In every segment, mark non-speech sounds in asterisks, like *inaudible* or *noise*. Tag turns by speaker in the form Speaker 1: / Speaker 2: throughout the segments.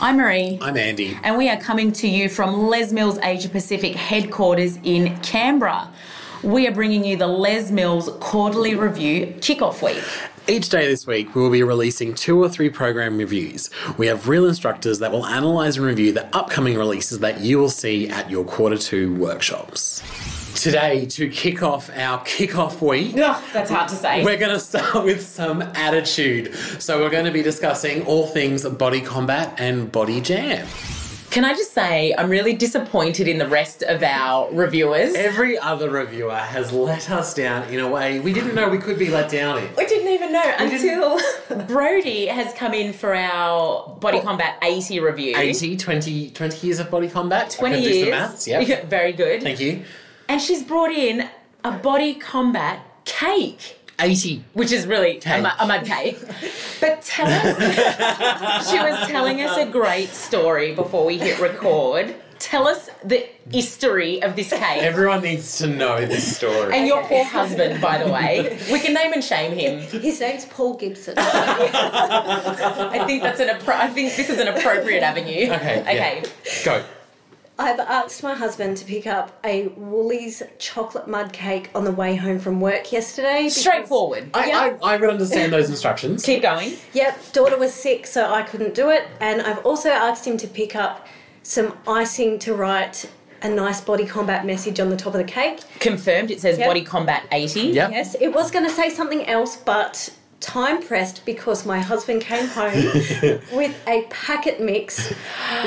Speaker 1: I'm Marie.
Speaker 2: I'm Andy.
Speaker 1: and we are coming to you from Les Mills Asia Pacific headquarters in Canberra. We are bringing you the Les Mills quarterly review kickoff week.
Speaker 2: Each day this week, we will be releasing two or three program reviews. We have real instructors that will analyse and review the upcoming releases that you will see at your quarter two workshops. Today, to kick off our kickoff week,
Speaker 1: that's hard to say.
Speaker 2: We're going to start with some attitude. So, we're going to be discussing all things body combat and body jam.
Speaker 1: Can I just say, I'm really disappointed in the rest of our reviewers.
Speaker 2: Every other reviewer has let us down in a way we didn't know we could be let down in.
Speaker 1: We didn't even know
Speaker 2: didn't-
Speaker 1: until Brody has come in for our
Speaker 2: Oh.
Speaker 1: Body Combat 80 review.
Speaker 2: 80, 20, 20 years of body combat.
Speaker 1: 20
Speaker 2: Can
Speaker 1: years.
Speaker 2: Do some maths,
Speaker 1: *laughs*
Speaker 2: yeah.
Speaker 1: Very good.
Speaker 2: Thank you.
Speaker 1: And she's brought in a Body Combat cake.
Speaker 2: 80.
Speaker 1: which is really a,
Speaker 2: Cake.
Speaker 1: mu- a mud
Speaker 2: *laughs*
Speaker 1: cake. But tell us, she was telling us a great story before we hit record. Tell us the history of this cake.
Speaker 2: Everyone needs to know this story.
Speaker 1: And your poor husband, by the way. We can name and shame him.
Speaker 3: His name's Paul Gibson. *laughs*
Speaker 1: I think that's an appro- I think this is an appropriate avenue.
Speaker 2: Okay,
Speaker 1: Okay.
Speaker 2: Go.
Speaker 3: I've asked my husband to pick up a Woolies chocolate mud cake on the way home from work yesterday. because-
Speaker 1: Straightforward.
Speaker 2: I,
Speaker 3: Yeah.
Speaker 2: I, I would understand those instructions.
Speaker 1: Keep going.
Speaker 3: Yep, daughter was sick, so I couldn't do it. And I've also asked him to pick up some icing to write a nice body combat message on the top of the cake.
Speaker 1: Confirmed. It says
Speaker 3: Yep.
Speaker 1: Body Combat 80.
Speaker 2: Yep.
Speaker 3: Yes, it was going to say something else, but time pressed because my husband came home with a packet mix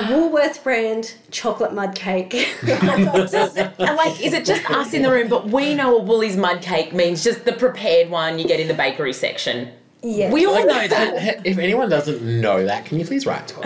Speaker 3: Woolworth brand chocolate mud cake. *laughs*
Speaker 1: Does- and like, is it just us in the room? But we know a Woolies mud cake means just the prepared one you get in the bakery section.
Speaker 3: yeah.
Speaker 1: We all know that.
Speaker 2: If anyone doesn't know that, can you please write to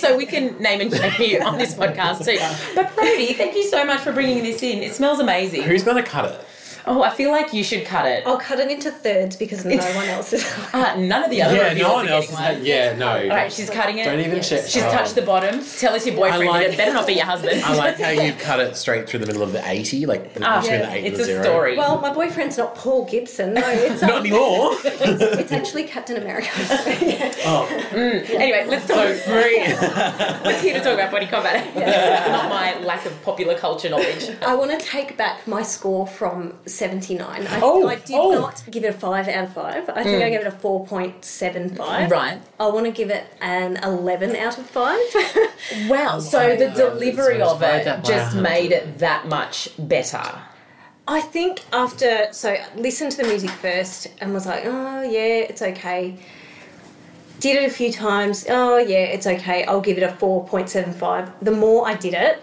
Speaker 1: *laughs* so we can name and shame you on this podcast too. But Brody, thank you so much for bringing this in. It smells amazing.
Speaker 2: Who's going to cut
Speaker 1: *laughs*
Speaker 2: it?
Speaker 1: Oh, I feel like you should cut it.
Speaker 3: I'll cut it into thirds because no one else is. *laughs*
Speaker 1: Uh, none of the other
Speaker 2: yeah,
Speaker 1: reviewers
Speaker 2: no
Speaker 1: are
Speaker 2: one
Speaker 1: getting
Speaker 2: else is.
Speaker 1: one.
Speaker 2: Had, yeah, no.
Speaker 1: All right, she's cutting it.
Speaker 2: Don't even check.
Speaker 1: She's
Speaker 2: Oh.
Speaker 1: touched the bottom. Tell us your boyfriend.
Speaker 2: like-
Speaker 1: and it better not be your husband. *laughs*
Speaker 2: *laughs* I like how you cut it straight through the middle of the 80, like the,
Speaker 1: Ah,
Speaker 2: between
Speaker 3: yeah,
Speaker 2: the 8
Speaker 1: it's
Speaker 2: and
Speaker 1: a
Speaker 2: the 0.
Speaker 1: story.
Speaker 3: Well, my boyfriend's not Paul Gibson.
Speaker 2: *laughs*
Speaker 3: No, it's,
Speaker 2: Not
Speaker 1: *laughs*
Speaker 2: anymore.
Speaker 3: it's actually Captain America.
Speaker 2: oh.
Speaker 1: anyway, let's talk. Marie, let's here to talk about body *laughs* combat. not my lack of popular culture knowledge.
Speaker 3: I want to take back my score from 79. I,
Speaker 2: Oh,
Speaker 3: I did
Speaker 2: oh.
Speaker 3: not give it a 5 out of 5. I think I gave it a 4.75.
Speaker 1: Right.
Speaker 3: I want to give it an 11 out of 5. *laughs*
Speaker 1: Wow.
Speaker 2: Oh
Speaker 1: So the delivery
Speaker 2: Let's
Speaker 1: of
Speaker 2: divide
Speaker 1: it
Speaker 2: that by
Speaker 1: just
Speaker 2: 100.
Speaker 1: made it that much better.
Speaker 3: I think after, so I listened to the music first and was like, oh yeah, it's okay. Did it a few times. Oh yeah, it's okay. I'll give it a 4.75. The more I did it,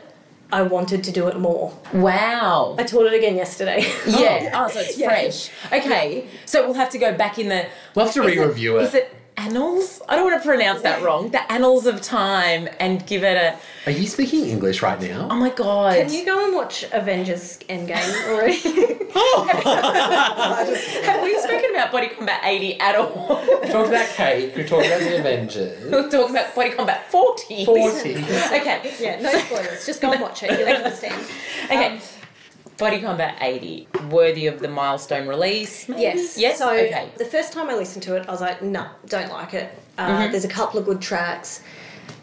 Speaker 3: I wanted to do it more.
Speaker 1: Wow.
Speaker 3: I taught it again yesterday. *laughs*
Speaker 1: Yeah. Oh, so it's fresh. Okay. So we'll have to go back in the.
Speaker 2: We'll have to
Speaker 1: Is
Speaker 2: re review
Speaker 1: Is it annals? I don't want to pronounce that wrong. The annals of time and give it a.
Speaker 2: Are you speaking English right now?
Speaker 1: Oh my god.
Speaker 3: Can you go and watch Avengers Endgame already?
Speaker 1: Have we spoken about Body Combat 80 at all? *laughs*
Speaker 2: We talked about cake, we talked about the Avengers.
Speaker 1: We're talking about Body Combat 40.
Speaker 2: 40.
Speaker 1: Okay.
Speaker 3: *laughs* yeah, Um, no spoilers. Just go and watch it. You'll understand.
Speaker 1: Okay. Body Combat 80, worthy of the milestone release. maybe?
Speaker 3: Yes.
Speaker 1: Yes.
Speaker 3: So
Speaker 1: okay.
Speaker 3: the first time I listened to it, I was like, no, don't like it. Uh,
Speaker 1: Mm-hmm.
Speaker 3: There's a couple of good tracks,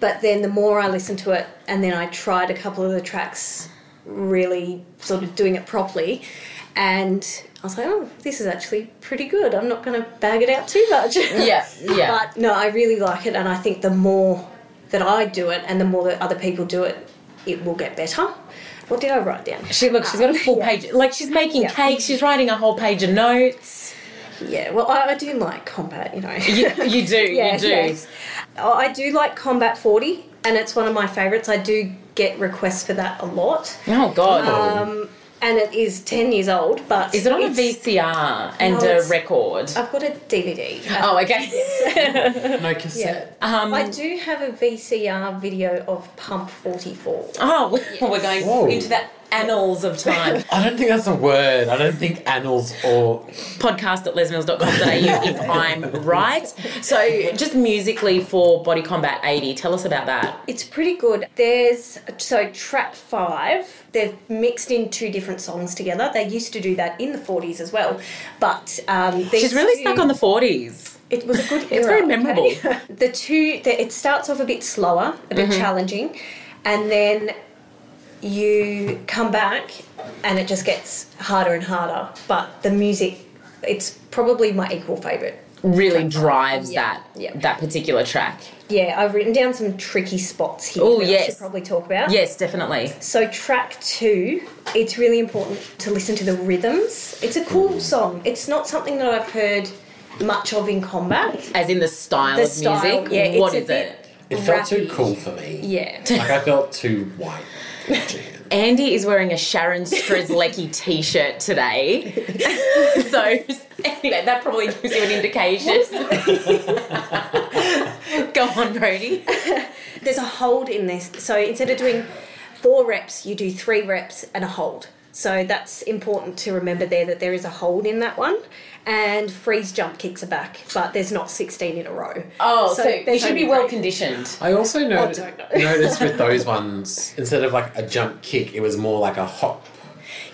Speaker 3: but then the more I listened to it, and then I tried a couple of the tracks, really sort of doing it properly, and I was like, oh, this is actually pretty good. I'm not going to bag it out too much. *laughs*
Speaker 1: Yeah. Yeah.
Speaker 3: But no, I really like it, and I think the more that I do it, and the more that other people do it, it will get better. What did I write down?
Speaker 1: she look. She's got a
Speaker 3: *laughs*
Speaker 1: full page. Like she's making
Speaker 3: Yeah.
Speaker 1: cakes. She's writing a whole page of notes.
Speaker 3: Yeah, well, I, I do like combat, you know.
Speaker 1: You, you do.
Speaker 3: *laughs* Yeah,
Speaker 1: you do.
Speaker 3: yes. Oh, I do like Combat 40, and it's one of my favourites. I do get requests for that a lot.
Speaker 1: Oh God.
Speaker 3: Um, and it is 10 years old, but.
Speaker 1: Is it on a
Speaker 3: it's-
Speaker 1: VCR and
Speaker 3: No,
Speaker 1: a
Speaker 3: it's-
Speaker 1: record?
Speaker 3: I've got a DVD.
Speaker 1: Oh,
Speaker 3: *laughs*
Speaker 1: okay.
Speaker 2: No cassette.
Speaker 1: um,
Speaker 3: I do have a VCR video of Pump 44.
Speaker 1: oh, we're going
Speaker 2: Whoa.
Speaker 1: into the annals of
Speaker 3: *laughs*
Speaker 1: time.
Speaker 2: I don't think that's a word. I don't think annals or
Speaker 1: Podcast at lesmills.com.au if I'm right. So, just musically for Body Combat 80, tell us about that.
Speaker 3: It's pretty good. There's so track five. They've mixed in two different songs together. They used to do that in the 40s as well, but um, these
Speaker 1: She's really
Speaker 3: two-
Speaker 1: stuck on the 40s.
Speaker 3: it was a good.
Speaker 1: It's
Speaker 3: era,
Speaker 1: very memorable.
Speaker 3: okay? *laughs* the two, the, it starts off a bit slower, a
Speaker 1: Mm-hmm.
Speaker 3: bit challenging, and then you come back and it just gets harder and harder. But the music, it's probably my equal favorite.
Speaker 1: Really drives
Speaker 3: Yeah,
Speaker 1: that
Speaker 3: yeah.
Speaker 1: that particular track.
Speaker 3: Yeah, I've written down some tricky spots here.
Speaker 1: Oh,
Speaker 3: that I
Speaker 1: yes.
Speaker 3: should probably talk about.
Speaker 1: Yes, definitely.
Speaker 3: So track two, it's really important to listen to the rhythms. It's a
Speaker 1: Mm.
Speaker 3: cool song. It's not something that I've heard much of in combat.
Speaker 1: As in the style
Speaker 3: The
Speaker 1: of
Speaker 3: style,
Speaker 1: music.
Speaker 3: yeah,
Speaker 1: what
Speaker 3: it's
Speaker 1: is
Speaker 3: a
Speaker 1: it?
Speaker 2: It felt too
Speaker 3: rappy.
Speaker 2: cool for me.
Speaker 3: Yeah.
Speaker 2: Like I felt too white.
Speaker 1: Andy is wearing a Sharon *laughs* Strzelecki t-shirt today. *laughs* so anyway, that probably gives you an *laughs* indication. Go on, Brody.
Speaker 3: There's a hold in this. So instead of doing four reps, you do three reps and a hold. So that's important to remember there that there is a hold in that one. And freeze jump kicks are back, but there's not 16 in a row.
Speaker 1: Oh, so, you
Speaker 3: there's
Speaker 1: should be
Speaker 3: only
Speaker 1: well
Speaker 3: three.
Speaker 1: conditioned.
Speaker 2: I
Speaker 3: *laughs*
Speaker 2: also noticed,
Speaker 3: Oh, don't know.
Speaker 2: noticed
Speaker 3: *laughs*
Speaker 2: with those ones, instead of like a jump kick, it was more like a hop.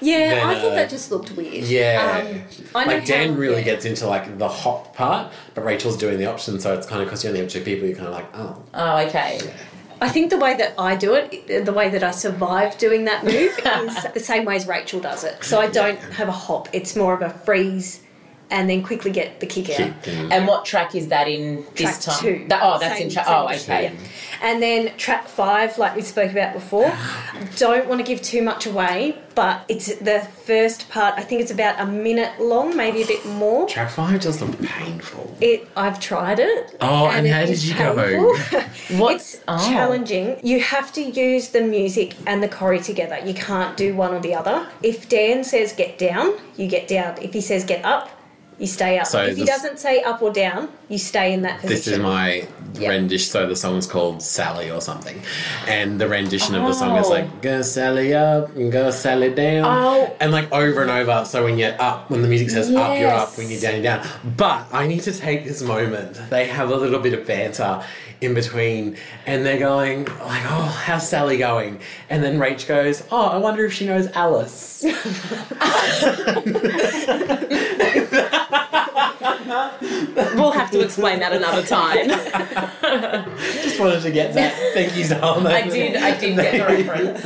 Speaker 3: Yeah,
Speaker 2: Then,
Speaker 3: I thought
Speaker 2: uh,
Speaker 3: that just looked weird.
Speaker 2: Yeah.
Speaker 3: Um, I know
Speaker 2: like Dan
Speaker 3: how-
Speaker 2: really
Speaker 3: yeah.
Speaker 2: gets into like the hop part, but Rachel's doing the option, so it's kind of because you only have two people, you're kind of like, oh.
Speaker 1: Oh, okay.
Speaker 3: I think the way that I do it, the way that I survive doing that
Speaker 1: *laughs*
Speaker 3: move is the same way as Rachel does it. So I don't have a hop, it's more of a freeze and then quickly get the kick out.
Speaker 2: Kick and-
Speaker 1: And what track is that in this time?
Speaker 3: Track two.
Speaker 1: That- oh, that's
Speaker 3: Same-
Speaker 1: in track.
Speaker 3: same
Speaker 1: Oh,
Speaker 3: track,
Speaker 1: okay.
Speaker 3: yeah. And then track five, like we spoke
Speaker 2: *sighs*
Speaker 3: about before, don't want to give too much away, but it's the first part. I think it's about a minute long, maybe a bit more.
Speaker 2: Track five does look painful.
Speaker 3: It, I've tried it.
Speaker 2: Oh, and how
Speaker 3: it
Speaker 2: did
Speaker 3: is
Speaker 2: you go?
Speaker 3: painful.
Speaker 2: *laughs*
Speaker 3: *laughs*
Speaker 1: What's
Speaker 3: it's
Speaker 1: oh.
Speaker 3: challenging. You have to use the music and the choreo together. You can't do one or the other. If Dan says get down, you get down. If he says get up, you stay up.
Speaker 2: So
Speaker 3: if he
Speaker 2: this-
Speaker 3: doesn't say up or down, you stay in that position.
Speaker 2: This is my rendition. So the song's called Sally or something, and the rendition of the song is
Speaker 1: Oh.
Speaker 2: like "Go Sally up and go Sally down,"
Speaker 1: Oh.
Speaker 2: and like over and over. So when you're up, when the music says up, you're up. When you're
Speaker 1: Yes.
Speaker 2: down, you're down. But I need to take this moment. They have a little bit of banter in between, and they're going like, "Oh, how's Sally going?" And then Rach goes, "Oh, I wonder if she knows Alice." *laughs*
Speaker 1: We'll have to explain that another time.
Speaker 2: Just wanted to get that. Thank you,
Speaker 1: *laughs* *laughs*
Speaker 2: Zalman.
Speaker 1: I did. I did get the *laughs* reference.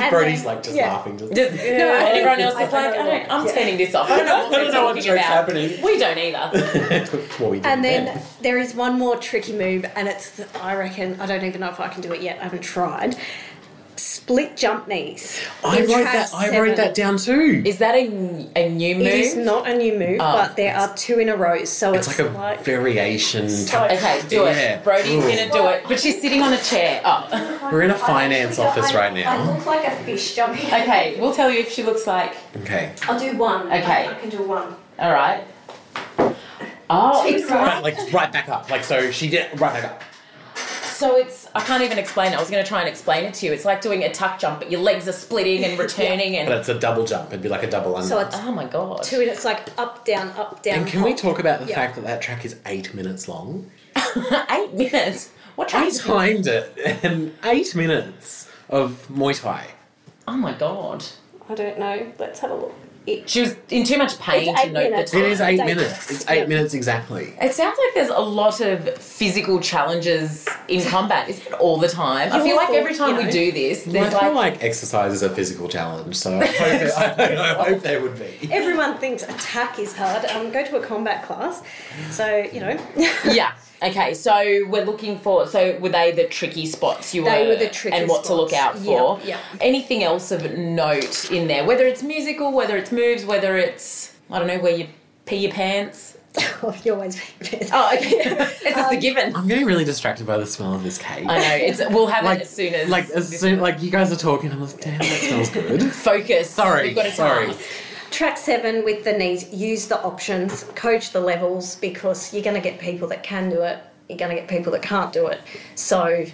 Speaker 3: And
Speaker 2: Brody's
Speaker 3: then-
Speaker 2: like just
Speaker 3: yeah.
Speaker 2: laughing. Just
Speaker 1: Just- no, and everyone else
Speaker 3: I
Speaker 1: is like,
Speaker 3: don't
Speaker 1: I
Speaker 3: know.
Speaker 1: don't, I'm
Speaker 3: Yeah.
Speaker 1: turning this off. I don't know what
Speaker 2: I
Speaker 1: we're
Speaker 2: don't know what
Speaker 1: talking
Speaker 2: joke's
Speaker 1: about.
Speaker 2: happening.
Speaker 1: We don't either.
Speaker 2: Well, we
Speaker 3: And
Speaker 2: didn't
Speaker 3: then there is one more tricky move, and it's, I reckon, I don't even know if I can do it yet, I haven't tried. Split jump knees.
Speaker 2: I
Speaker 3: in
Speaker 2: wrote
Speaker 3: track
Speaker 2: that. I wrote
Speaker 3: seven.
Speaker 2: that down too.
Speaker 1: Is that a, a new move?
Speaker 3: It is not a new move, but there are two in a row, so
Speaker 2: Oh. it's
Speaker 3: it's,
Speaker 2: like a variation.
Speaker 3: So-
Speaker 2: type.
Speaker 1: Okay, do
Speaker 2: Yeah.
Speaker 1: it. Brody's
Speaker 2: Ooh.
Speaker 1: gonna do it, but she's sitting on a chair. Oh,
Speaker 2: We're in a finance office right
Speaker 3: I
Speaker 2: now.
Speaker 3: look like a fish jumping.
Speaker 1: okay. We'll tell you if she looks like.
Speaker 2: Okay,
Speaker 3: I'll do one.
Speaker 1: Okay.
Speaker 3: I can do one.
Speaker 1: All right. Oh, it's
Speaker 2: right, like right back up. Like so, she did right back up.
Speaker 1: so it's. I can't even explain it. I was gonna try and explain it to you. It's like doing a tuck jump, but your legs are splitting
Speaker 3: *laughs*
Speaker 1: and returning, and
Speaker 2: But it's a double jump. It'd be like a double under.
Speaker 3: So it's
Speaker 1: oh my god.
Speaker 3: two, and it's like up, down, up, down.
Speaker 2: and can we
Speaker 3: hop.
Speaker 2: talk about the
Speaker 3: Yeah.
Speaker 2: fact that that track is eight minutes long?
Speaker 1: *laughs* Eight minutes. What
Speaker 2: I
Speaker 1: time?
Speaker 2: timed it, and eight minutes of Muay Thai.
Speaker 1: Oh my god.
Speaker 3: I don't know. Let's have a look. It,
Speaker 1: She was in too much pain
Speaker 3: It's
Speaker 1: to
Speaker 3: eight
Speaker 1: note
Speaker 3: minutes.
Speaker 1: the
Speaker 2: It
Speaker 1: time.
Speaker 2: is eight
Speaker 3: Eight
Speaker 2: minutes.
Speaker 3: minutes.
Speaker 2: It's eight
Speaker 3: Yeah.
Speaker 2: minutes exactly.
Speaker 1: It sounds like there's a lot of physical challenges in combat. Is it all the time? I
Speaker 3: You
Speaker 1: feel
Speaker 3: all
Speaker 1: like
Speaker 3: thought,
Speaker 1: every time
Speaker 3: you
Speaker 1: we
Speaker 3: know.
Speaker 1: do this,
Speaker 2: I
Speaker 1: there's
Speaker 2: feel
Speaker 1: like,
Speaker 2: like exercise is a physical challenge, so
Speaker 3: *laughs*
Speaker 2: I hope, it- I hope they would be.
Speaker 3: everyone thinks attack is hard. Um, go to a combat class. So, you know. *laughs*
Speaker 1: yeah. Okay, so we're looking for. So were they the tricky spots you
Speaker 3: They were the tricky
Speaker 1: and what to look out
Speaker 3: spots.
Speaker 1: for?
Speaker 3: Yep, yep.
Speaker 1: Anything else of note in there? Whether it's musical, whether it's moves, whether it's I don't know where you pee your pants.
Speaker 3: *laughs* Oh, you always make this.
Speaker 1: Oh, okay, *laughs* it's just
Speaker 3: Um,
Speaker 1: a given.
Speaker 2: I'm getting really distracted by the smell of this cake.
Speaker 1: I know. It's we'll have
Speaker 2: Like-
Speaker 1: it as soon as
Speaker 2: Like as soon, like you guys are talking, I'm like, damn, that
Speaker 1: *laughs*
Speaker 2: smells good.
Speaker 1: focus.
Speaker 2: Sorry,
Speaker 1: We've got a
Speaker 2: sorry.
Speaker 1: task.
Speaker 3: Track seven with the knees, use the options, coach the levels because you're going to get people that can do it, you're going to get people that can't do it. So,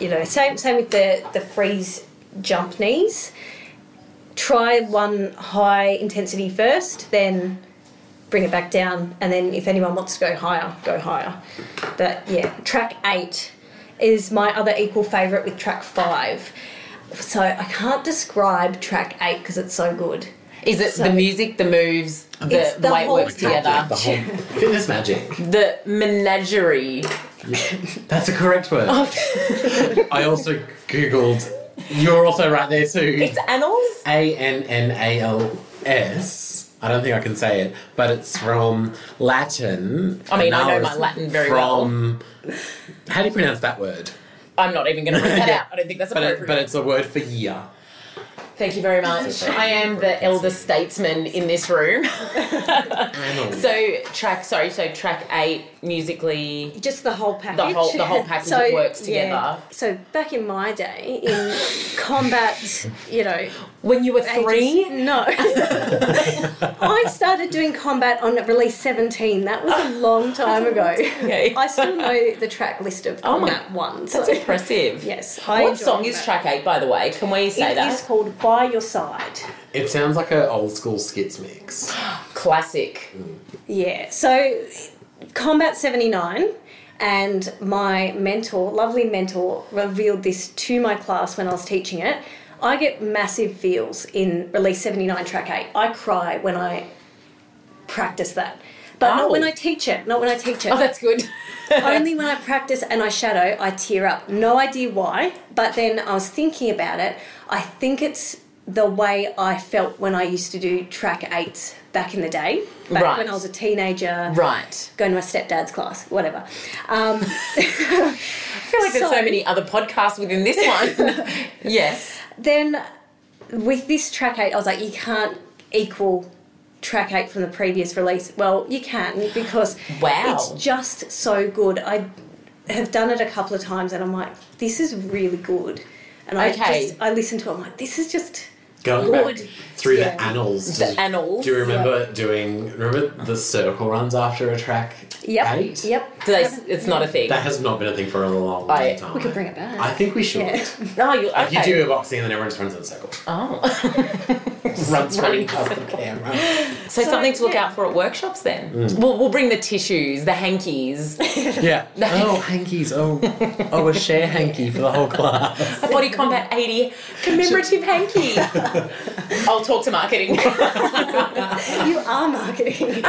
Speaker 3: you know, same same with the, the freeze jump knees. Try one high intensity first, then bring it back down, and then if anyone wants to go higher, go higher. But yeah, track eight is my other equal favourite with track five. So I can't describe track eight because it's so good.
Speaker 1: Is it the
Speaker 3: So-
Speaker 1: music, the moves, the,
Speaker 3: It's the
Speaker 1: way it
Speaker 3: whole
Speaker 1: works together?
Speaker 2: The whole fitness magic.
Speaker 1: The menagerie.
Speaker 2: That's the correct word.
Speaker 1: Oh.
Speaker 2: *laughs* I also googled. You're also right there too.
Speaker 1: It's annals?
Speaker 2: A N N A L S. I don't think I can say it, but it's from Latin.
Speaker 1: I mean, I know
Speaker 2: Annales
Speaker 1: my Latin very
Speaker 2: from, How do you pronounce that word?
Speaker 1: I'm not even
Speaker 2: *laughs*
Speaker 1: going to read that
Speaker 2: Yeah.
Speaker 1: out. I don't think that's
Speaker 2: But,
Speaker 1: appropriate.
Speaker 2: it, but it's a word for year.
Speaker 1: *laughs* Thank you very much.
Speaker 2: okay.
Speaker 1: I am the elder statesman in this
Speaker 2: *laughs*
Speaker 1: room.
Speaker 2: Annals.
Speaker 1: so track, sorry, so track eight musically.
Speaker 3: Just the whole package.
Speaker 1: The whole- the whole
Speaker 3: *laughs*
Speaker 1: package that works together.
Speaker 3: So back in my day, in combat, you know,
Speaker 1: When you were
Speaker 3: ages-
Speaker 1: three,
Speaker 3: No, *laughs* I started doing combat on release seventeen. That was a long time ago.
Speaker 1: Okay.
Speaker 3: I still know the track list of
Speaker 1: Oh my-
Speaker 3: combat one.
Speaker 1: *laughs*
Speaker 3: So
Speaker 1: that's impressive.
Speaker 3: yes, I
Speaker 1: What
Speaker 3: enjoy
Speaker 1: song is
Speaker 3: that.
Speaker 1: track eight, by the way? Can we say
Speaker 3: It
Speaker 1: that?
Speaker 3: is called By Your Side.
Speaker 2: It sounds like an old school skits mix.
Speaker 1: Classic.
Speaker 2: Mm.
Speaker 3: Yeah. So Combat 79 and my mentor, lovely mentor, revealed this to my class when I was teaching it. I get massive feels in release 79 track 8. I cry when I practice that. But
Speaker 1: Wow.
Speaker 3: not when I teach it, not when I teach it.
Speaker 1: Oh, that's
Speaker 3: *laughs*
Speaker 1: good.
Speaker 3: Only when I practice and I shadow, I tear up. No idea why, but then I was thinking about it. I think it's the way I felt when I used to do track eights back in the day, back
Speaker 1: Right.
Speaker 3: when I was a teenager,
Speaker 1: right.
Speaker 3: going to my stepdad's class, whatever. Um, *laughs*
Speaker 1: I feel like there's so
Speaker 3: So-
Speaker 1: many other podcasts within
Speaker 3: *laughs*
Speaker 1: this one. yes.
Speaker 3: then with this track eight, I was like, you can't equal track eight from the previous release. Well, you can because
Speaker 1: Wow.
Speaker 3: it's just so good. I have done it a couple of times and I'm like, this is really good. And I
Speaker 1: Okay.
Speaker 3: just I listen to it, I'm like, this is just
Speaker 2: Going back
Speaker 3: Lord.
Speaker 2: through the
Speaker 3: Yeah.
Speaker 2: annals.
Speaker 1: The
Speaker 2: did-
Speaker 1: annals.
Speaker 2: Do you remember doing? Remember the circle runs after a track
Speaker 3: Yep.
Speaker 2: eight?
Speaker 3: Yep.
Speaker 1: Do they, it's not a thing.
Speaker 2: That has not been a thing for a long, long
Speaker 1: I-
Speaker 2: time.
Speaker 3: We could bring it back.
Speaker 2: I think we should.
Speaker 3: Yeah.
Speaker 1: *laughs* No, Oh, you
Speaker 2: Like
Speaker 1: okay.
Speaker 2: you do a boxing and then everyone just runs in a
Speaker 3: *laughs*
Speaker 2: circle.
Speaker 1: Oh. *laughs*
Speaker 2: runs
Speaker 1: running
Speaker 2: running past the
Speaker 3: *laughs*
Speaker 2: camera.
Speaker 1: So, something to look
Speaker 3: yeah.
Speaker 1: out for at workshops then.
Speaker 2: Mm.
Speaker 1: We'll, we'll bring the tissues, the hankies,
Speaker 2: *laughs*
Speaker 1: *laughs*
Speaker 2: Yeah. oh, hankies.
Speaker 3: *laughs*
Speaker 2: Oh, oh, a share hanky for the whole class.
Speaker 1: a Body Combat 80 commemorative hanky. *laughs* I'll talk to *laughs* marketing.
Speaker 3: you are marketing.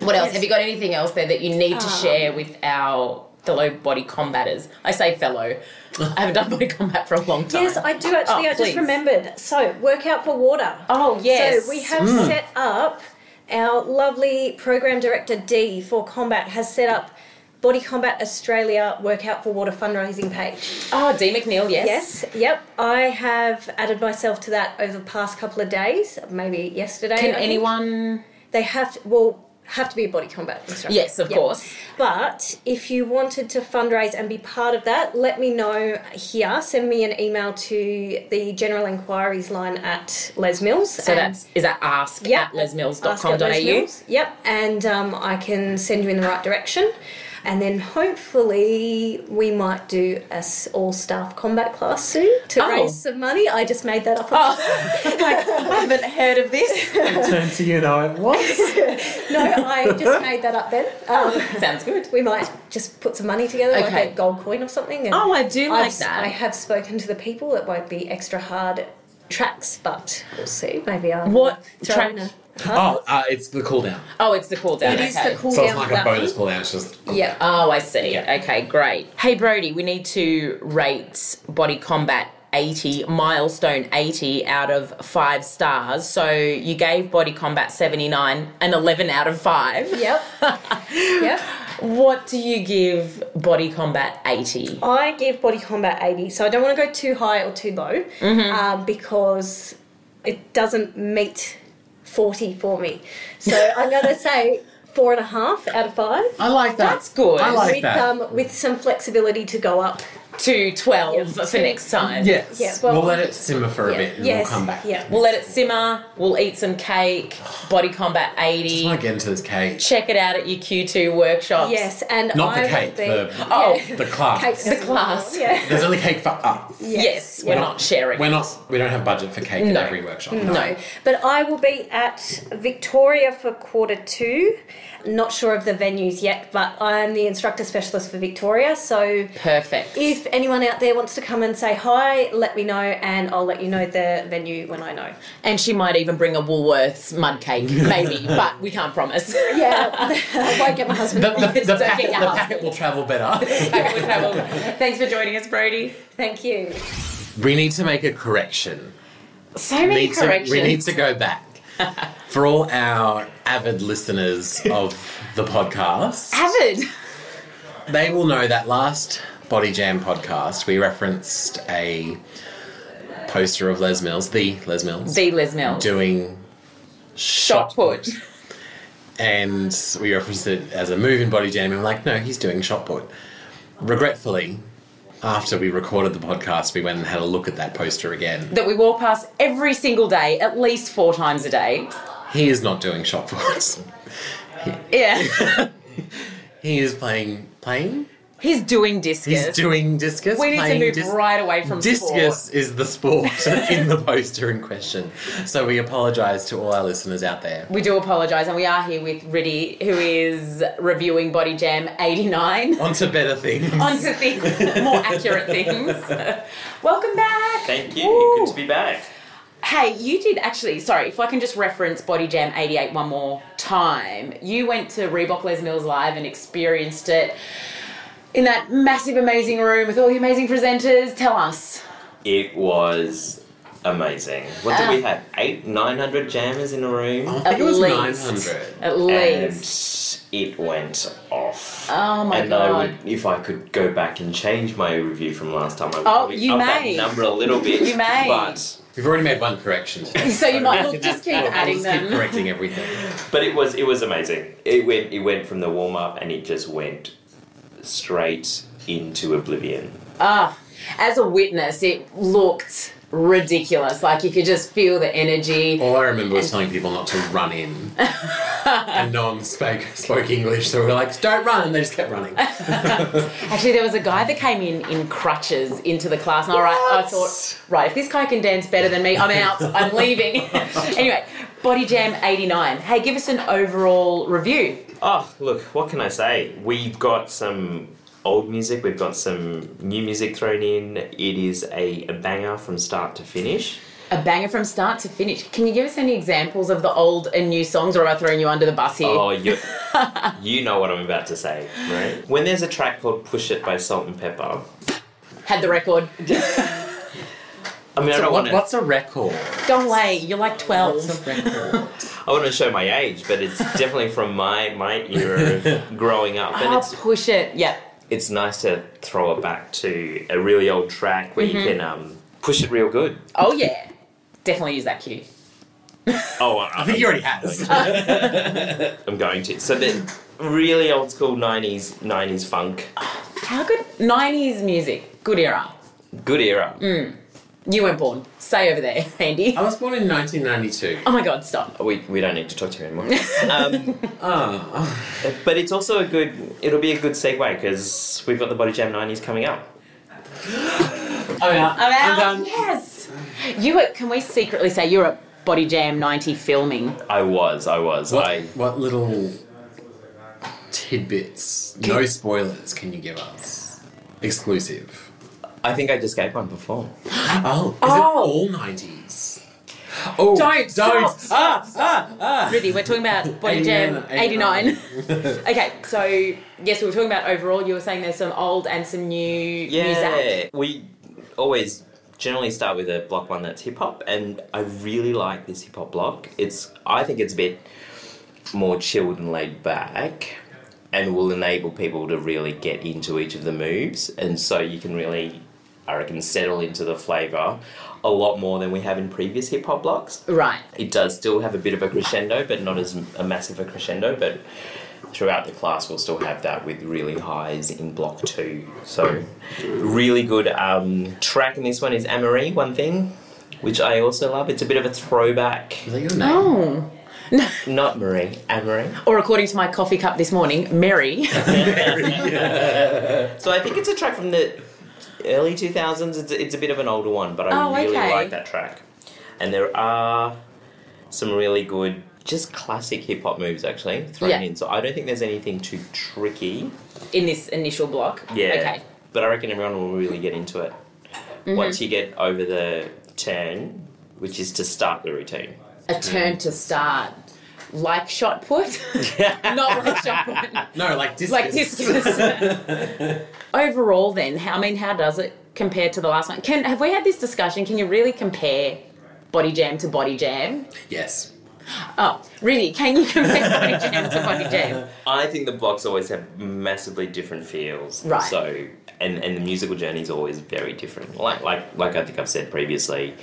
Speaker 1: What else? Have you got anything else there that you need
Speaker 3: Um,
Speaker 1: to share with our fellow body combaters? I say fellow. I haven't done body combat for a long time.
Speaker 3: Yes, I do actually.
Speaker 1: Oh,
Speaker 3: I
Speaker 1: please.
Speaker 3: just remembered. So, workout for water.
Speaker 1: Oh, yes. Mm.
Speaker 3: So we have set up our lovely program director D for combat has set up Body Combat Australia Workout for Water fundraising page.
Speaker 1: Oh, Dee McNeil, yes.
Speaker 3: Yes, yep. I have added myself to that over the past couple of days, maybe yesterday. I
Speaker 1: Can
Speaker 3: think.
Speaker 1: anyone?
Speaker 3: They have to, well have to be a body combat instructor.
Speaker 1: Yes, of
Speaker 3: Yep.
Speaker 1: course.
Speaker 3: But if you wanted to fundraise and be part of that, let me know here. Send me an email to the general inquiries line at Les Mills.
Speaker 1: So that's is that ask
Speaker 3: yeah,
Speaker 1: at lesmills.com.au.
Speaker 3: ask at Les Mills. Yep, and um, I can send you in the right direction. And then hopefully we might do a s- all staff combat class soon to
Speaker 1: Oh.
Speaker 3: raise some money. I just made that up.
Speaker 1: Oh, *laughs* like I haven't heard of this.
Speaker 2: Turn to you now. What?
Speaker 3: *laughs* No, I just made that
Speaker 1: *laughs*
Speaker 3: up then. Um,
Speaker 1: Sounds good.
Speaker 3: we might just put some money together,
Speaker 1: Oh. Okay.
Speaker 3: like a gold coin or something. And
Speaker 1: Oh, I do like
Speaker 3: I've-
Speaker 1: that.
Speaker 3: I have spoken to the people. It won't be extra hard tracks, but we'll see. Maybe I'll
Speaker 1: What
Speaker 3: throw
Speaker 1: track-
Speaker 3: in a-
Speaker 2: Oh, uh, it's the cool down.
Speaker 1: oh, it's the cool down.
Speaker 3: It
Speaker 1: okay.
Speaker 3: is the cool
Speaker 2: So it's
Speaker 3: down
Speaker 2: like
Speaker 3: for
Speaker 2: a
Speaker 3: that one.
Speaker 2: bonus cool down. It's just
Speaker 3: Yeah.
Speaker 1: Oh, I see. Okay, great. Hey, Brody, we need to rate Body Combat 80, milestone 80 out of five stars. So you gave Body Combat 79 an 11 out of five. *laughs*
Speaker 3: Yep. yep.
Speaker 1: What do you give Body Combat 80?
Speaker 3: I give Body Combat 80, so I don't want to go too high or too low
Speaker 1: Mm-hmm.
Speaker 3: um, because it doesn't meet 40 for me.
Speaker 1: *laughs*
Speaker 3: So I'm going to say four and a half out of five.
Speaker 2: I like that.
Speaker 1: That's good.
Speaker 2: I like
Speaker 3: with,
Speaker 2: that.
Speaker 3: Um, with some flexibility to go up.
Speaker 1: To 12
Speaker 3: Yeah,
Speaker 1: for
Speaker 3: two.
Speaker 1: next time.
Speaker 2: yes.
Speaker 3: yeah, well-
Speaker 2: we'll let it simmer for a
Speaker 3: Yeah.
Speaker 2: bit and
Speaker 3: Yes,
Speaker 2: we'll come back.
Speaker 3: yeah.
Speaker 1: We'll let it simmer. We'll eat some cake. Body Combat
Speaker 2: I want
Speaker 1: 80.
Speaker 2: to get into this cage.
Speaker 1: Check it out at your Q2 workshops.
Speaker 3: Yes, and
Speaker 2: Not
Speaker 3: I
Speaker 2: the
Speaker 3: would
Speaker 2: cake.
Speaker 3: be-
Speaker 2: The,
Speaker 3: *laughs*
Speaker 1: Oh,
Speaker 2: the class.
Speaker 3: Cakes
Speaker 1: The
Speaker 3: as
Speaker 1: class.
Speaker 3: well, Yeah.
Speaker 2: There's only cake for us.
Speaker 1: Yes, we're
Speaker 3: yeah.
Speaker 1: not sharing.
Speaker 2: We're not. We don't have budget for cake in
Speaker 1: No.
Speaker 2: every workshop. *laughs*
Speaker 1: No.
Speaker 3: But I will be at Victoria for quarter two. Not sure of the venues yet, but I'm the instructor specialist for Victoria. So
Speaker 1: Perfect.
Speaker 3: if if anyone out there wants to come and say hi, let me know, and I'll let you know the venue when I know.
Speaker 1: And she might even bring a Woolworths mud
Speaker 2: *laughs*
Speaker 1: cake, maybe, but we can't promise.
Speaker 3: Yeah, I won't get my husband.
Speaker 1: *laughs*
Speaker 2: The, the, the,
Speaker 1: Don't get
Speaker 2: packet,
Speaker 1: your
Speaker 2: the
Speaker 1: husband.
Speaker 2: packet will
Speaker 1: *laughs*
Speaker 2: travel better.
Speaker 1: Thanks for joining us, Brody.
Speaker 3: *laughs* Thank you.
Speaker 2: we need to make a correction.
Speaker 1: So many
Speaker 2: Need to-
Speaker 1: corrections.
Speaker 2: we need to
Speaker 1: *laughs*
Speaker 2: go back. For all our avid listeners of the podcast,
Speaker 1: Avid.
Speaker 2: they will know that last Body Jam podcast, we referenced a poster of Les Mills, the Les Mills,
Speaker 1: The Les Mills.
Speaker 2: doing
Speaker 1: Shot
Speaker 2: shot
Speaker 1: put.
Speaker 2: and we referenced it as a move in Body Jam, and we're like, no, he's doing shot put. Regretfully, after we recorded the podcast, we went and had a look at that poster again.
Speaker 1: That we walk past every single day, at least four times a day.
Speaker 2: He is not doing shot put.
Speaker 1: Yeah.
Speaker 2: *laughs* He is playing playing.
Speaker 1: He's doing discus.
Speaker 2: He's doing discus.
Speaker 1: we need to
Speaker 2: playing
Speaker 1: move
Speaker 2: dis-
Speaker 1: right away from
Speaker 2: Discus
Speaker 1: sport.
Speaker 2: is the sport *laughs* in the poster in question. So we apologise to all our listeners out there.
Speaker 1: We do apologise, and we are here with Riddy, who is reviewing Body Jam 89.
Speaker 2: On to better things.
Speaker 1: Onto things, more accurate things. *laughs* Welcome back.
Speaker 4: Thank you.
Speaker 1: Woo.
Speaker 4: Good to be back.
Speaker 1: Hey, you did actually. Sorry, if I can just reference Body Jam 88 one more time. You went to Reebok Les Mills Live and experienced it in that massive, amazing room with all the amazing presenters. Tell us.
Speaker 4: It was amazing. What did we
Speaker 1: Ah.
Speaker 4: have? Eight, nine hundred jammers in a room.
Speaker 2: *laughs*
Speaker 1: Oh,
Speaker 2: I think it was
Speaker 1: least.
Speaker 2: 900.
Speaker 1: At
Speaker 4: and
Speaker 1: least.
Speaker 4: it went off.
Speaker 1: Oh my
Speaker 4: and
Speaker 1: God.
Speaker 4: I would, if I could go back and change my review from last time, I would probably
Speaker 1: Oh, you
Speaker 4: up
Speaker 1: may.
Speaker 4: that number a little bit.
Speaker 1: *laughs* You may.
Speaker 4: But
Speaker 2: We've already made one correction. today,
Speaker 1: So *laughs* you might-
Speaker 2: we can
Speaker 1: we'll just keep
Speaker 2: we'll
Speaker 1: adding
Speaker 2: Oh, just keep
Speaker 1: them.
Speaker 2: correcting everything.
Speaker 4: but it was it was amazing. It went it went from the warm up and it just went straight into oblivion.
Speaker 1: Ah, as a witness, it looked ridiculous. Like you could just feel the energy.
Speaker 2: All I remember was telling people not to run in. and no one spoke, spoke English, so we were like, don't run, and they just kept running.
Speaker 1: Actually, there was a guy that came in in crutches into the class, and I, right, I
Speaker 2: What?
Speaker 1: thought, right, if this guy can dance better than me, I'm out. I'm leaving. *laughs* anyway, Body Jam '89. Hey, give us an overall review.
Speaker 4: Oh, look, what can I say? We've got some old music, we've got some new music thrown in. It is a, a banger from start to finish.
Speaker 1: A banger from start to finish. Can you give us any examples of the old and new songs, or am I throwing you under the bus here?
Speaker 4: Oh, you, *laughs* you know what I'm about to say, right? When there's a track called Push It by Salt and Pepper,
Speaker 1: Had the record.
Speaker 4: I mean, I
Speaker 2: So
Speaker 4: don't
Speaker 2: what,
Speaker 4: want to.
Speaker 2: what's a record?
Speaker 1: Don't lay. You're like
Speaker 2: What's
Speaker 1: twelve.
Speaker 2: a record?
Speaker 4: I want to show my age, but
Speaker 2: *laughs*
Speaker 4: it's definitely from my my era of growing up, and
Speaker 1: I'll
Speaker 4: it's
Speaker 1: push it. Yep.
Speaker 4: it's nice to throw it back to a really old track where
Speaker 2: Mm-hmm.
Speaker 4: you can um, push it real good.
Speaker 1: Oh yeah. Definitely use that cue.
Speaker 4: Oh,
Speaker 2: I think you already has.
Speaker 4: I'm going to. So the really old school '90s '90s funk,
Speaker 1: How good '90s music. Good era.
Speaker 4: good era.
Speaker 1: You weren't born. Stay over there, Andy.
Speaker 2: I was born in 1992.
Speaker 1: Oh my God, stop.
Speaker 4: We, we don't need to talk to him anymore. um,
Speaker 2: Oh.
Speaker 4: but it's also a good. It'll be a good segue because we've got the Body Jam '90s coming up.
Speaker 2: Oh, I'm out.
Speaker 1: I'm out.
Speaker 2: done.
Speaker 1: Yes. You were. Can we secretly say you were at Body Jam '90 filming?
Speaker 4: I was. I was.
Speaker 2: What,
Speaker 4: I.
Speaker 2: what little tidbits, no spoilers, can you give us? Exclusive.
Speaker 4: I think I just gave one before.
Speaker 2: Oh, is
Speaker 1: Oh.
Speaker 2: it all 90s? Oh,
Speaker 1: Don't,
Speaker 2: don't.
Speaker 1: stop.
Speaker 2: Ah, ah, ah.
Speaker 1: Really, we're talking about Body Jam '89. *laughs* okay, so yes, we were talking about overall. You were saying there's some old and some new music.
Speaker 4: Yeah. We always generally start with a block one that's hip hop, and I really like this hip hop block. It's. I think it's a bit more chilled and laid back. And will enable people to really get into each of the moves, and so you can really, I reckon, settle into the flavour a lot more than we have in previous hip hop blocks.
Speaker 1: Right.
Speaker 4: It does still have a bit of a crescendo, but not as a massive a crescendo. But throughout the class, we'll still have that with really highs in block two. So, really good um, track in this one is Amory, one thing, which I also love. It's a bit of a throwback.
Speaker 2: Is that your name?
Speaker 1: Oh.
Speaker 4: Not Marie, Amory.
Speaker 1: Or according to my coffee cup this morning, Mary. *laughs*
Speaker 4: So, I think it's a track from the early 2000s. It's, it's a bit of an older one, but I
Speaker 1: Oh,
Speaker 4: really
Speaker 1: okay.
Speaker 4: like that track. And there are some really good. Just classic hip hop moves, actually, thrown
Speaker 1: Yeah.
Speaker 4: in. So I don't think there's anything too tricky.
Speaker 1: in this initial block.
Speaker 4: Yeah.
Speaker 1: Okay. Mm-hmm.
Speaker 4: but I reckon everyone will really get into it once you get over the turn, which is to start the routine.
Speaker 1: A turn to start. Like shot put? *laughs* Not like shot put.
Speaker 2: *laughs* No, like discus.
Speaker 1: Like this. *laughs* Overall, then, how, I mean, how does it compare to the last one? Can have we had this discussion? Can you really compare body jam to body jam?
Speaker 2: yes.
Speaker 1: Oh, really? Can you *laughs* compare body jam to body jam?
Speaker 4: I think the blocks always have massively different feels.
Speaker 1: Right.
Speaker 4: So and and the musical journey is always very different. Like like like I think I've said previously,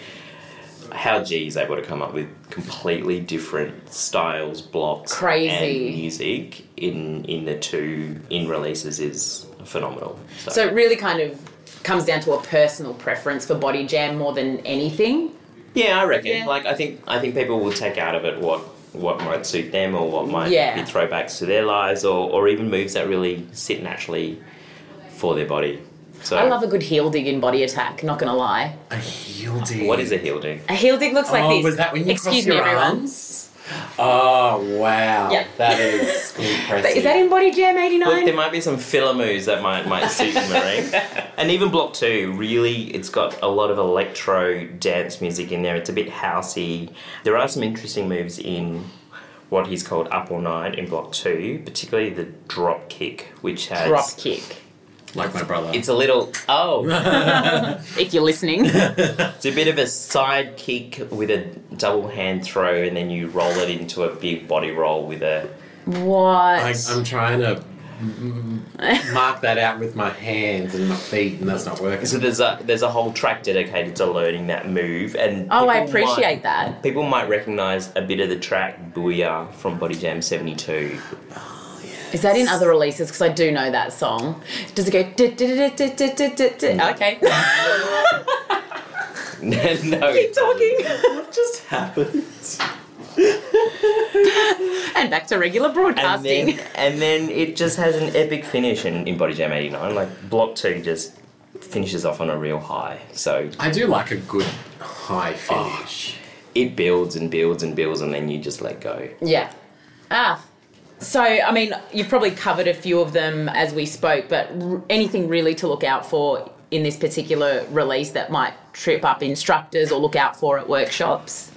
Speaker 4: how G is able to come up with completely different styles, blocks,
Speaker 1: Crazy.
Speaker 4: and music in in the two in releases is phenomenal. So,
Speaker 1: So it really kind of comes down to a personal preference for body jam more than anything.
Speaker 4: yeah, I reckon.
Speaker 1: Yeah.
Speaker 4: Like I think I think people will take out of it what what might suit them or what might
Speaker 1: Yeah.
Speaker 4: be throwbacks to their lives or, or even moves that really sit naturally for their body. So
Speaker 1: I love a good heel dig in body attack. Not gonna lie,
Speaker 2: A heel dig.
Speaker 4: What is a heel do?
Speaker 1: a heel dig looks like
Speaker 2: Oh,
Speaker 1: this.
Speaker 2: was that when you
Speaker 1: Excuse
Speaker 2: cross
Speaker 1: me,
Speaker 2: your
Speaker 1: everyone.
Speaker 2: arms? Oh wow.
Speaker 1: Yeah.
Speaker 2: That is
Speaker 1: *laughs*
Speaker 2: impressive.
Speaker 1: Is that in Body Jam
Speaker 4: Look, there
Speaker 1: '89?
Speaker 4: might be some filler moves that might might suit Marine. *laughs* and even Block Two, really, it's got a lot of electro dance music in there. It's a bit housey. There are some interesting moves in what he's called Up All Night in Block Two, particularly the drop kick, which has
Speaker 1: Drop kick.
Speaker 2: like my brother.
Speaker 4: It's a little
Speaker 1: *laughs*
Speaker 4: oh,
Speaker 1: If you're
Speaker 2: *laughs*
Speaker 1: listening,
Speaker 4: it's a bit of a side kick with a double hand throw, and then you roll it into a big body roll with a
Speaker 1: what?
Speaker 2: I, I'm trying to m- m- mark that out with my hands and my feet, and that's not working.
Speaker 4: So there's a there's a whole track dedicated to learning that move, and
Speaker 1: oh, I
Speaker 4: people might-
Speaker 1: appreciate that.
Speaker 4: People might recognise a bit of the track "Booyah" from Body Jam '72.
Speaker 1: Is that in other releases? Because I do know that song. Does it go? "Du- du- du- du- du- du- du- du-" Okay.
Speaker 4: *laughs* no,
Speaker 1: *laughs* Keep talking.
Speaker 2: just happened?
Speaker 1: *laughs* and back to regular
Speaker 4: And then,
Speaker 1: broadcasting.
Speaker 4: and then it just has an epic finish in, in Body Jam '89. Like Block Two just finishes off on a real high. So
Speaker 2: I do like a good high finish.
Speaker 4: it builds and builds and builds, and then you just let go.
Speaker 1: Yeah. Ah. So, I mean, you've probably covered a few of them as we spoke, but r- anything really to look out for in this particular release that might trip up instructors or look out for at workshops?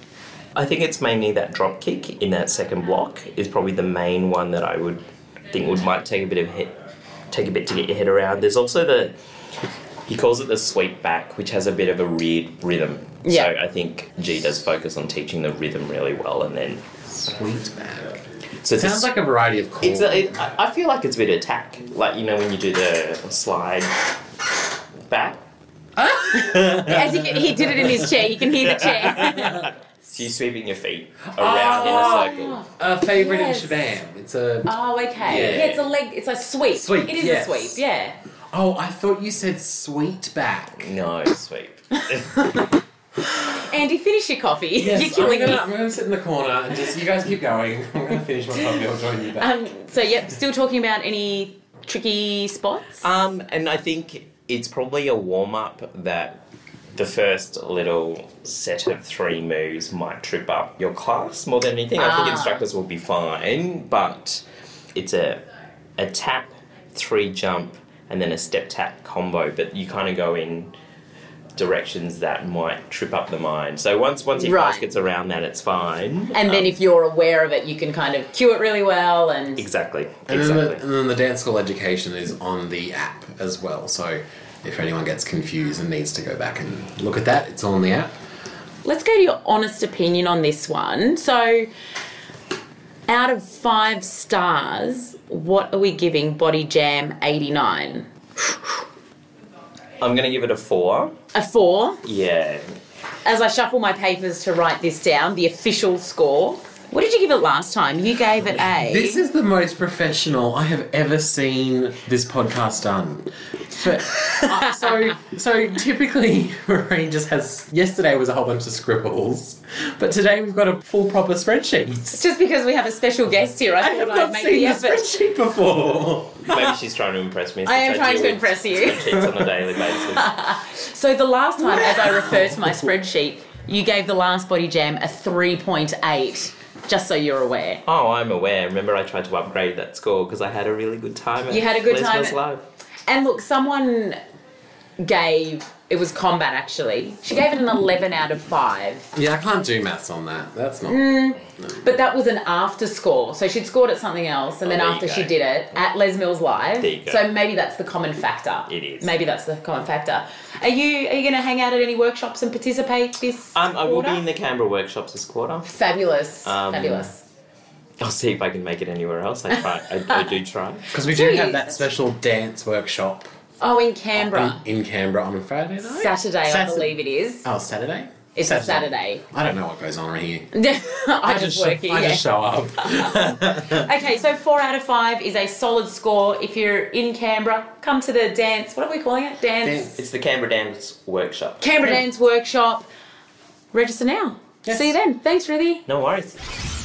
Speaker 4: I think it's mainly that drop kick in that second block is probably the main one that I would think would might take a bit of hit, take a bit to get your head around. There's also the he calls it the sweep back, which has a bit of a weird rhythm.
Speaker 1: Yeah.
Speaker 4: So I think G does focus on teaching the rhythm really well, and then
Speaker 2: Sweet bag.
Speaker 4: so it's a
Speaker 2: Sounds like a variety of chords.
Speaker 4: it's a, it, I I feel like it's a bit of attack, like you know when you do the slide back.
Speaker 1: As he, he did it in his chair, you can hear the chair.
Speaker 2: *laughs*
Speaker 4: So you're sweeping your feet around
Speaker 2: Oh.
Speaker 4: in a circle.
Speaker 2: a favorite
Speaker 1: Yes.
Speaker 2: in Shabam. It's a.
Speaker 1: oh, okay.
Speaker 2: Yeah.
Speaker 1: Yeah. it's a leg, it's a sweep.
Speaker 2: Sweep,
Speaker 1: It is
Speaker 2: yes.
Speaker 1: a sweep, yeah.
Speaker 2: Oh, I thought you said sweet back.
Speaker 4: No sweep. *laughs*
Speaker 1: Andy, finish your coffee. *laughs* You're
Speaker 2: Yes, I'm
Speaker 1: killing
Speaker 2: gonna,
Speaker 1: me.
Speaker 2: I'm gonna sit in the corner and just you guys keep going. I'm gonna finish my coffee. I'll join you back.
Speaker 1: Um, so, yep, still talking about any tricky spots?
Speaker 4: Um, and I think it's probably a warm up that the first little set of three moves might trip up your class more than anything. I think
Speaker 1: Ah.
Speaker 4: instructors will be fine, but it's a a tap, three jump, and then a step tap combo. But you kind of go in directions that might trip up the mind. So once once your class
Speaker 1: Right.
Speaker 4: gets around that, it's fine.
Speaker 1: and
Speaker 2: um,
Speaker 1: then if you're aware of it, you can kind of cue it really well and
Speaker 4: Exactly.
Speaker 2: And then, the,
Speaker 4: Exactly.
Speaker 2: and then the dance school education is on the app as well. So if anyone gets confused and needs to go back and look at that, it's on the app.
Speaker 1: Let's go to your honest opinion on this one. So, out of five stars, what are we giving Body Jam 89?
Speaker 4: I'm gonna give it a four.
Speaker 1: A four.
Speaker 4: Yeah.
Speaker 1: As I shuffle my papers to write this down, the official score. What did you give it last time? You gave it a.
Speaker 2: This is the most professional I have ever seen this podcast done. For- uh, so, so typically, *laughs* Maureen just has. Yesterday was a whole bunch of scribbles, but today we've got a full proper spreadsheet.
Speaker 1: It's just because we have a special guest here, I
Speaker 2: I have
Speaker 1: thought I'd
Speaker 2: not
Speaker 1: make
Speaker 2: seen
Speaker 1: the
Speaker 2: a
Speaker 1: effort.
Speaker 2: spreadsheet before.
Speaker 4: Maybe she's trying to impress me.
Speaker 1: I am
Speaker 4: since
Speaker 1: trying
Speaker 4: deal
Speaker 1: to
Speaker 4: with
Speaker 1: impress
Speaker 2: *laughs*
Speaker 1: you.
Speaker 4: spreadsheets on a daily basis.
Speaker 1: So the last time, as
Speaker 4: *laughs*
Speaker 1: I refer to my spreadsheet, you gave the last body jam a three point eight. Just so you're aware.
Speaker 4: Oh, I'm aware. Remember, I tried to upgrade that score because I had a really good time. At
Speaker 1: You had a good time
Speaker 4: Lesbos
Speaker 1: at-
Speaker 4: Live.
Speaker 1: And look, someone gave it was combat actually. She gave it an eleven out of five,
Speaker 2: Yeah, I can't do maths on that. That's not.
Speaker 1: but that was an after score. So she'd scored at something else, and
Speaker 4: Oh,
Speaker 1: then
Speaker 4: there you
Speaker 1: after
Speaker 4: go.
Speaker 1: she did it at Les Mills Live.
Speaker 4: There you go.
Speaker 1: So maybe that's the common factor.
Speaker 4: It is.
Speaker 1: Maybe that's the common factor. Are you are you going to hang out at any workshops and participate this?
Speaker 4: Um, I will be
Speaker 1: quarter?
Speaker 4: in the Canberra workshops this quarter.
Speaker 1: Fabulous.
Speaker 4: Um,
Speaker 1: Fabulous.
Speaker 4: I'll see if I can make it anywhere else. I try. I, I do try.
Speaker 2: Because we
Speaker 1: do
Speaker 2: do
Speaker 1: you-
Speaker 2: have that special dance workshop
Speaker 1: Oh, in
Speaker 2: in,
Speaker 1: Canberra.
Speaker 2: in Canberra on a Friday night.
Speaker 1: Saturday, I
Speaker 2: Saturday.
Speaker 1: believe it is.
Speaker 2: Oh, Saturday.
Speaker 1: It's a Saturday.
Speaker 2: I don't know what goes on right here.
Speaker 1: *laughs* I, just, work here.
Speaker 2: I
Speaker 1: yeah.
Speaker 2: just show up.
Speaker 1: Okay, so four out of five is a solid score. If you're in Canberra, come to the dance. What are we calling it? Dance.
Speaker 2: Dance.
Speaker 4: It's the Canberra Dance Workshop.
Speaker 1: Canberra Dance Workshop. Register now.
Speaker 2: Yes.
Speaker 1: See you then. Thanks, Ruthie.
Speaker 4: No worries.